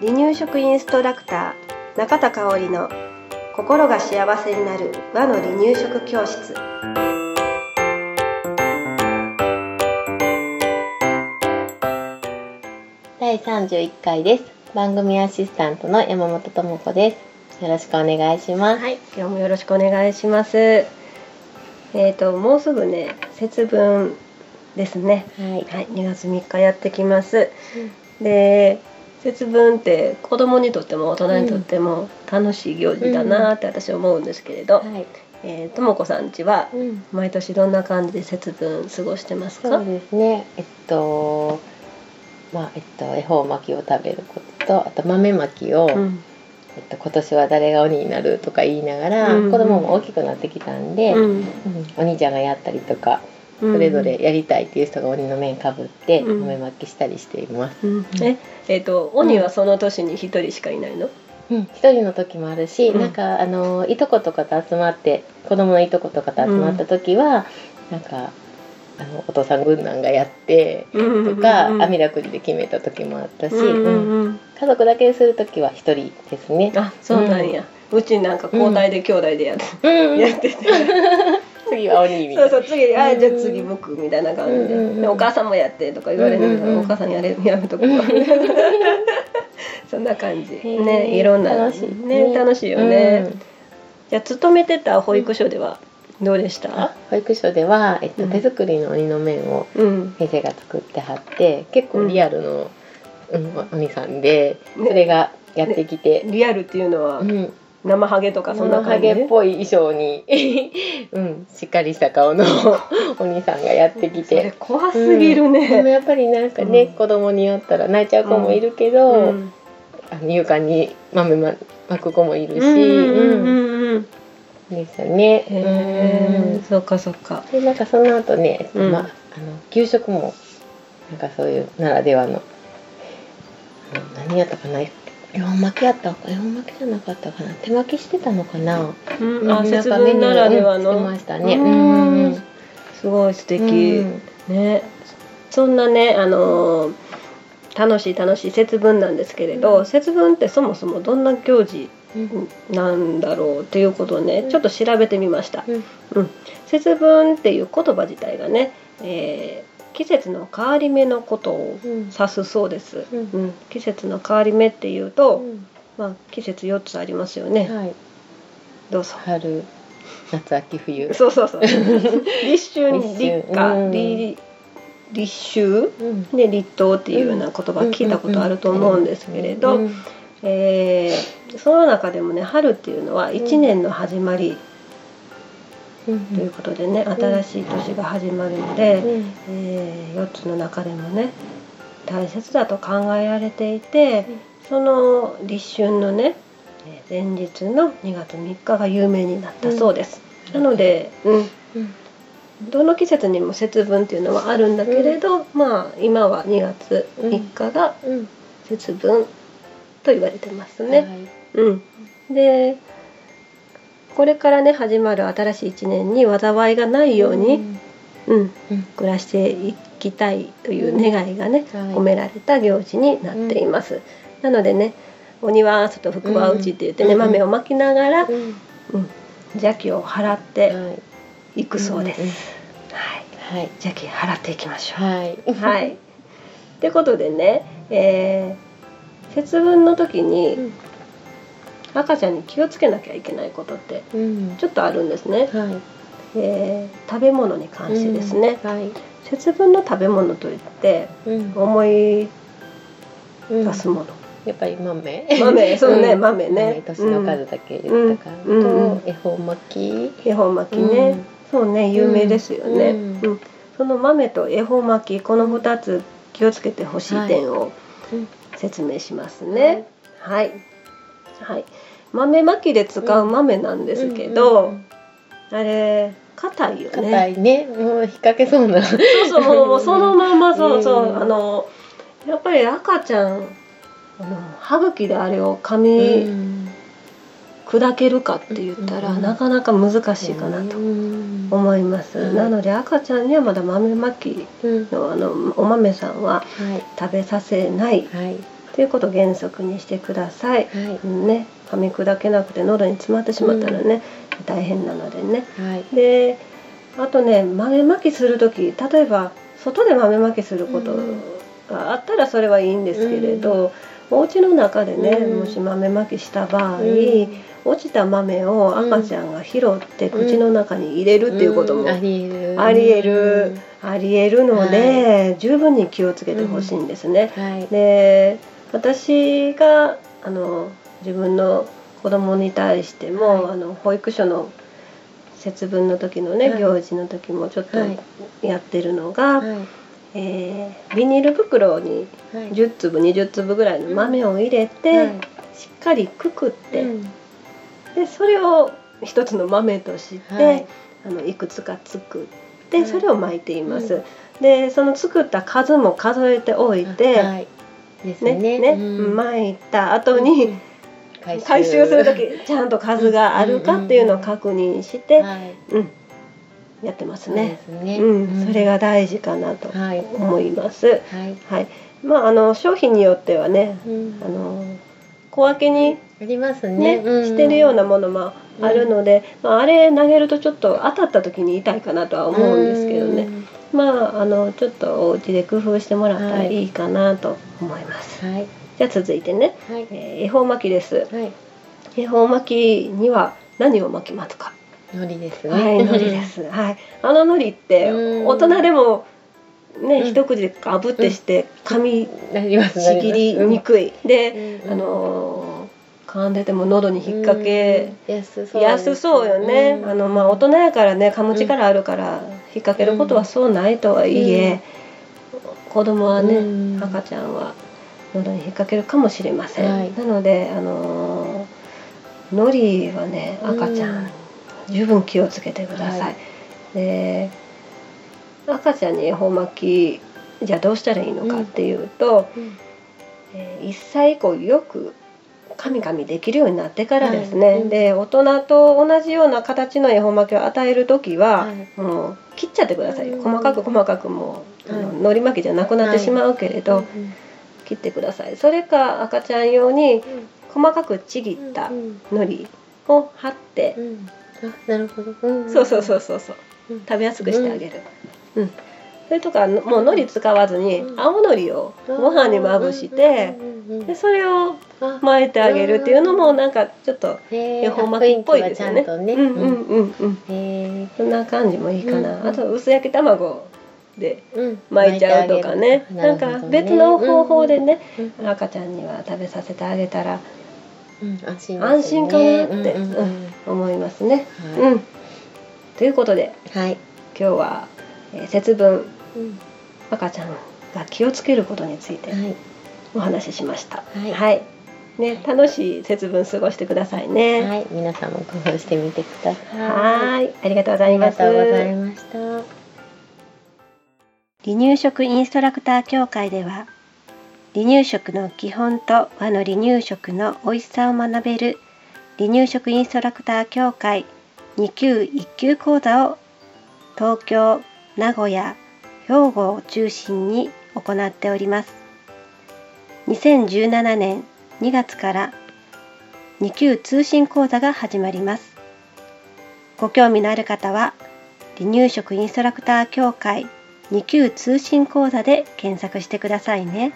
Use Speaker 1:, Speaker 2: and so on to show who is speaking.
Speaker 1: 離乳食インストラクター中田香織の心が幸せになる和の離乳食教室
Speaker 2: 第31回です番組アシスタントの山本智子ですよろしくお願いします
Speaker 1: はい今日もよろしくお願いしますえっ、ともうすぐね節分ですね
Speaker 2: はい、
Speaker 1: はい2月3日やってきますで節分って子供にとっても大人にとっても楽しい行事だなって私は思うんですけれど、
Speaker 2: はい、
Speaker 1: えーともこさんちは
Speaker 2: うん、
Speaker 1: 毎年どんな感じで節分過ごしてます
Speaker 2: そ
Speaker 1: か
Speaker 2: うですねえっとまあえっと恵方巻きを食べることとあと豆巻きを、
Speaker 1: うん
Speaker 2: えっと、今年は誰が鬼になるとか言いながら、
Speaker 1: うん
Speaker 2: 子供も大きくなってきたんで、
Speaker 1: うん
Speaker 2: うんお兄ちゃんがやったりとかそれぞれやりたいっていう人が鬼の面かぶって
Speaker 1: うん
Speaker 2: 豆まきしたりしています。
Speaker 1: うんええーと鬼はその年に一人しかいないの、
Speaker 2: うん一人の時もあるし、
Speaker 1: うん
Speaker 2: なんかあのいとことかと集まって子供のいとことかと集まった時は、なんかあのお父さん軍団がやってとか、
Speaker 1: うんうんうん
Speaker 2: あみだくじで決めた時もあったし、
Speaker 1: うんうん
Speaker 2: うん
Speaker 1: うん
Speaker 2: 家族だけでする時は一人ですね。
Speaker 1: あそうなんや、うちなんか交代で兄弟でやって,、
Speaker 2: うん
Speaker 1: やってて
Speaker 2: 次は鬼みた
Speaker 1: そう
Speaker 2: いな。
Speaker 1: そう次あじゃあ次僕みたいな感じで,、
Speaker 2: うんうんうん
Speaker 1: でお母さんもやってとか言われながら、
Speaker 2: うんうんうん
Speaker 1: お母さんやれやめと こうそんな感じ
Speaker 2: ー
Speaker 1: ねいろんな
Speaker 2: 楽しい
Speaker 1: ね
Speaker 2: ね
Speaker 1: 楽しいよね、じゃあ勤めてた保育所ではどうでした、
Speaker 2: うん保育所では、えっと
Speaker 1: うん
Speaker 2: 手作りの鬼の面を
Speaker 1: うん、
Speaker 2: 先生が作ってはって結構リアルの、うん鬼さんでそ
Speaker 1: ね
Speaker 2: れがやってきて、
Speaker 1: リアルっていうのは
Speaker 2: うん、
Speaker 1: 生ハゲとかそ
Speaker 2: そ
Speaker 1: んな
Speaker 2: の
Speaker 1: 感じ
Speaker 2: 影っぽい衣装に、 うん、しっかりした 顔の鬼さんがやってき
Speaker 1: それ
Speaker 2: て。
Speaker 1: 怖すぎる
Speaker 2: でも
Speaker 1: ね、
Speaker 2: やっぱりなんかね、
Speaker 1: うん
Speaker 2: 子供によったら泣いちゃう子もいるけど、
Speaker 1: うん
Speaker 2: あの勇敢に豆ま巻く子もいる
Speaker 1: う
Speaker 2: し、
Speaker 1: んうんう
Speaker 2: うん
Speaker 1: んうん
Speaker 2: ですよね。
Speaker 1: へ
Speaker 2: う
Speaker 1: えそっかそっか
Speaker 2: んでなんかその後ね、
Speaker 1: うん
Speaker 2: まああの給食もなんかそういうならではのあの何やったかな両巻きやった両巻きじゃなかったかな手巻きしてたのかな。
Speaker 1: うんあ
Speaker 2: うん
Speaker 1: 節分ならでは
Speaker 2: うんして
Speaker 1: の
Speaker 2: ましたね。
Speaker 1: うん
Speaker 2: うん
Speaker 1: すごい素敵、
Speaker 2: うん
Speaker 1: ねそんなねあのー楽しい楽しい節分なんですけれど、
Speaker 2: うん
Speaker 1: 節分ってそもそもどんな行事
Speaker 2: うん
Speaker 1: なんだろうっていうことをね、
Speaker 2: うん
Speaker 1: ちょっと調べてみました、
Speaker 2: うん
Speaker 1: 節分っていう言葉自体がね、えー季節の変わり目のことを
Speaker 2: うん
Speaker 1: 指すそうです、
Speaker 2: うん
Speaker 1: うん季節の変わり目っていうと、まあ季節4つありますよね、
Speaker 2: はい、
Speaker 1: どうぞ
Speaker 2: 春、夏、秋、冬。
Speaker 1: そうそうそう 立春
Speaker 2: 立春
Speaker 1: 立夏、
Speaker 2: うん
Speaker 1: 立立秋
Speaker 2: うん
Speaker 1: で立冬っていうような言葉聞いたことあると思うんですけれど、
Speaker 2: うん
Speaker 1: えーその中でもね春っていうのは一年の始まり
Speaker 2: うん
Speaker 1: ということでね、
Speaker 2: ん
Speaker 1: 新しい年が始まるので、
Speaker 2: うん
Speaker 1: え4つの中でもね大切だと考えられていてその立春のねえー前日の2月3日が有名になったそうです。
Speaker 2: うん
Speaker 1: なので、うん、
Speaker 2: うん
Speaker 1: どの季節にも節分っていうのはあるんだけれど、まあ今は2月3日が
Speaker 2: うん
Speaker 1: 節分と言われてます
Speaker 2: は
Speaker 1: ね。
Speaker 2: い
Speaker 1: うん、でこれからね始まる新しい一年に災いがないように、うん
Speaker 2: うん
Speaker 1: 暮らしていきたいという
Speaker 2: うん
Speaker 1: 願いがね、
Speaker 2: はい
Speaker 1: 込められた行事になっています。なのでね鬼は外福は内って言ってね、
Speaker 2: うん
Speaker 1: 豆をまきながら、うん
Speaker 2: うん
Speaker 1: 邪気を払って
Speaker 2: はい
Speaker 1: いくそうです。
Speaker 2: んん
Speaker 1: はい、
Speaker 2: はい
Speaker 1: 邪気払っていきましょう。
Speaker 2: はい
Speaker 1: はい。ってことでね、えー節分の時に赤ちゃんに気をつけなきゃいけないことって
Speaker 2: うん
Speaker 1: ちょっとあるんですね。
Speaker 2: はい
Speaker 1: えー食べ物に関してですね。
Speaker 2: うんはい
Speaker 1: 節分の食べ物といって
Speaker 2: うん
Speaker 1: 思い
Speaker 2: うん
Speaker 1: 出すもの。
Speaker 2: やっぱり豆
Speaker 1: 豆、そうね、
Speaker 2: ん
Speaker 1: 豆ね。
Speaker 2: 年の
Speaker 1: うん
Speaker 2: 数だけ言ったから
Speaker 1: うんうんうん
Speaker 2: と恵方巻き
Speaker 1: 恵方巻きね、
Speaker 2: うん
Speaker 1: そうね、有名ですよね。う
Speaker 2: うんん
Speaker 1: その豆と恵方巻き、この二つ気をつけてほしい点を
Speaker 2: うん
Speaker 1: 説明しますね。はい、はい、豆まきで使う豆なんですけど、
Speaker 2: うん
Speaker 1: あれ硬いよ
Speaker 2: 硬
Speaker 1: ね。
Speaker 2: いねもう引っ掛けそうな
Speaker 1: そうそうもうもうそのまん まそうそう、
Speaker 2: うん
Speaker 1: あのやっぱり赤ちゃんあの歯茎であれを噛み
Speaker 2: うん
Speaker 1: 砕けるかって言ったら、
Speaker 2: うん
Speaker 1: なかなか難しいかなと
Speaker 2: うん
Speaker 1: 思います、
Speaker 2: うん
Speaker 1: なので赤ちゃんにはまだ豆まき
Speaker 2: うん
Speaker 1: のあのお豆さんは
Speaker 2: はい
Speaker 1: 食べさせない
Speaker 2: はい
Speaker 1: ということを原則にしてください、
Speaker 2: はい
Speaker 1: ね噛み砕けなくて喉に詰まってしまったらね、大変なのでね
Speaker 2: はい
Speaker 1: であとね豆まきする時例えば外で豆まきすること
Speaker 2: うん
Speaker 1: があったらそれはいいんですけれど、お家の中でね、
Speaker 2: うん
Speaker 1: もし豆まきした場合、
Speaker 2: うん
Speaker 1: 落ちた豆を赤ちゃんが拾って口の中に入れるっていうことも
Speaker 2: んありえる
Speaker 1: ありえるありえるので、十分に気をつけてほしいんですね。
Speaker 2: うんはい
Speaker 1: で私があの自分の子供に対しても、
Speaker 2: はい
Speaker 1: あの保育所の節分の時のね、
Speaker 2: はい
Speaker 1: 行事の時もちょっと
Speaker 2: はい
Speaker 1: やってるのが、
Speaker 2: はい
Speaker 1: えービニール袋に
Speaker 2: はい
Speaker 1: 10粒20粒ぐらいの豆を入れて、
Speaker 2: はい
Speaker 1: しっかりくくって、
Speaker 2: うん
Speaker 1: でそれを一つの豆として、
Speaker 2: はい
Speaker 1: あのいくつか作っ
Speaker 2: は
Speaker 1: て
Speaker 2: い
Speaker 1: それを巻いています。
Speaker 2: う
Speaker 1: でその作った数も数えておいて、
Speaker 2: はいです
Speaker 1: ね
Speaker 2: ね
Speaker 1: ね
Speaker 2: うん
Speaker 1: 巻いた後に、
Speaker 2: うん回
Speaker 1: 回収する時ちゃんと数があるかっていうのを確認して、
Speaker 2: はい
Speaker 1: うん、やってますね。
Speaker 2: そうですね
Speaker 1: うん、それが大事かなと
Speaker 2: はい
Speaker 1: 思います。
Speaker 2: はい
Speaker 1: はい、まああの商品によってはね、
Speaker 2: うん
Speaker 1: あの小分けに
Speaker 2: あります
Speaker 1: ね、
Speaker 2: ねうん
Speaker 1: してるようなものもあるので、まあ、あれ投げるとちょっと当たった時に痛いかなとは思うんですけどね、
Speaker 2: うん
Speaker 1: まああのちょっとお家で工夫してもらったらいいかなと思います、
Speaker 2: はい
Speaker 1: じゃあ続いてね、
Speaker 2: はい
Speaker 1: えー恵方巻きです
Speaker 2: はい
Speaker 1: 恵方巻きには何を巻きますか
Speaker 2: 海苔ですね
Speaker 1: はい海苔ですはいあの海苔って
Speaker 2: うん
Speaker 1: 大人でもね、
Speaker 2: うん
Speaker 1: 一口でかぶってして噛み
Speaker 2: なりますな
Speaker 1: ち
Speaker 2: ります
Speaker 1: ぎりにくい、で、
Speaker 2: うん
Speaker 1: あのー噛んでても喉に引っ掛け、
Speaker 2: うん安そうなんです
Speaker 1: 安そうよね、
Speaker 2: うん
Speaker 1: あのまあ大人やからね噛む力あるから引っ掛けることはそうないとはいえ、子供はね、
Speaker 2: うん
Speaker 1: 赤ちゃんは喉に引っ掛けるかもしれません、
Speaker 2: はい
Speaker 1: なのであのー海苔はね赤ちゃん、
Speaker 2: うん
Speaker 1: 十分気をつけてください、
Speaker 2: はい
Speaker 1: で赤ちゃんに恵方巻きじゃあどうしたらいいのかっていうと、
Speaker 2: うん
Speaker 1: えー1歳以降よく噛み噛みできるようになってからですね、
Speaker 2: はいうん
Speaker 1: で大人と同じような形の恵方巻きを与える時は、
Speaker 2: はい
Speaker 1: もう切っちゃってくださいよ
Speaker 2: うん
Speaker 1: 細かく細かくもう、あの
Speaker 2: はい
Speaker 1: 海苔巻きじゃなくなってしまうけれど、
Speaker 2: うん
Speaker 1: 切ってくださいそれか赤ちゃん用に
Speaker 2: うん
Speaker 1: 細かくちぎった
Speaker 2: うん
Speaker 1: 海苔を貼って
Speaker 2: う、んあなるほどうん
Speaker 1: そうそうそうそうそう
Speaker 2: うん
Speaker 1: 食べやすくしてあげる、うんそれとかのもう海苔使わずに
Speaker 2: うん
Speaker 1: 青海苔をご飯にまぶして、
Speaker 2: うんうんうん
Speaker 1: でそれを
Speaker 2: あ
Speaker 1: 巻いてあげるっていうのもなんかちょっと
Speaker 2: へ
Speaker 1: 恵
Speaker 2: ー
Speaker 1: 方巻きっぽいですよね。
Speaker 2: 雰囲気はちゃんとね。
Speaker 1: うんうんうんうん。
Speaker 2: へー
Speaker 1: そんな感じもいいかな。
Speaker 2: うん
Speaker 1: あと薄焼き卵で
Speaker 2: うん
Speaker 1: 巻いちゃうとかね。
Speaker 2: 巻いてあ
Speaker 1: なん
Speaker 2: げるるほ
Speaker 1: か
Speaker 2: どね
Speaker 1: 別の方法でね、
Speaker 2: うん
Speaker 1: 赤ちゃんには食べさせてあげたら
Speaker 2: うん安心ですね
Speaker 1: 安心かなって
Speaker 2: うんうん
Speaker 1: う
Speaker 2: うん
Speaker 1: 思いますね。
Speaker 2: は
Speaker 1: うん。ということで
Speaker 2: いはい。
Speaker 1: 今日は、えー節分
Speaker 2: うん
Speaker 1: 赤ちゃんが気をつけることについて
Speaker 2: はい
Speaker 1: お話ししました。
Speaker 2: はい
Speaker 1: はい。ね楽しい節分過ごしてくださいね。
Speaker 2: はい皆さんも工夫してみてください。
Speaker 1: はーい、ありがとうござ
Speaker 2: あ
Speaker 1: い
Speaker 2: りが
Speaker 1: ます。
Speaker 2: とうございました。
Speaker 1: 離乳食インストラクター協会では離乳食の基本と和の離乳食の美味しさを学べる離乳食インストラクター協会2級1級講座を東京、名古屋、兵庫を中心に行っております。2017年2月から2級通信講座が始まります。ご興味のある方は離乳食インストラクター協会2級通信講座で検索してくださいね。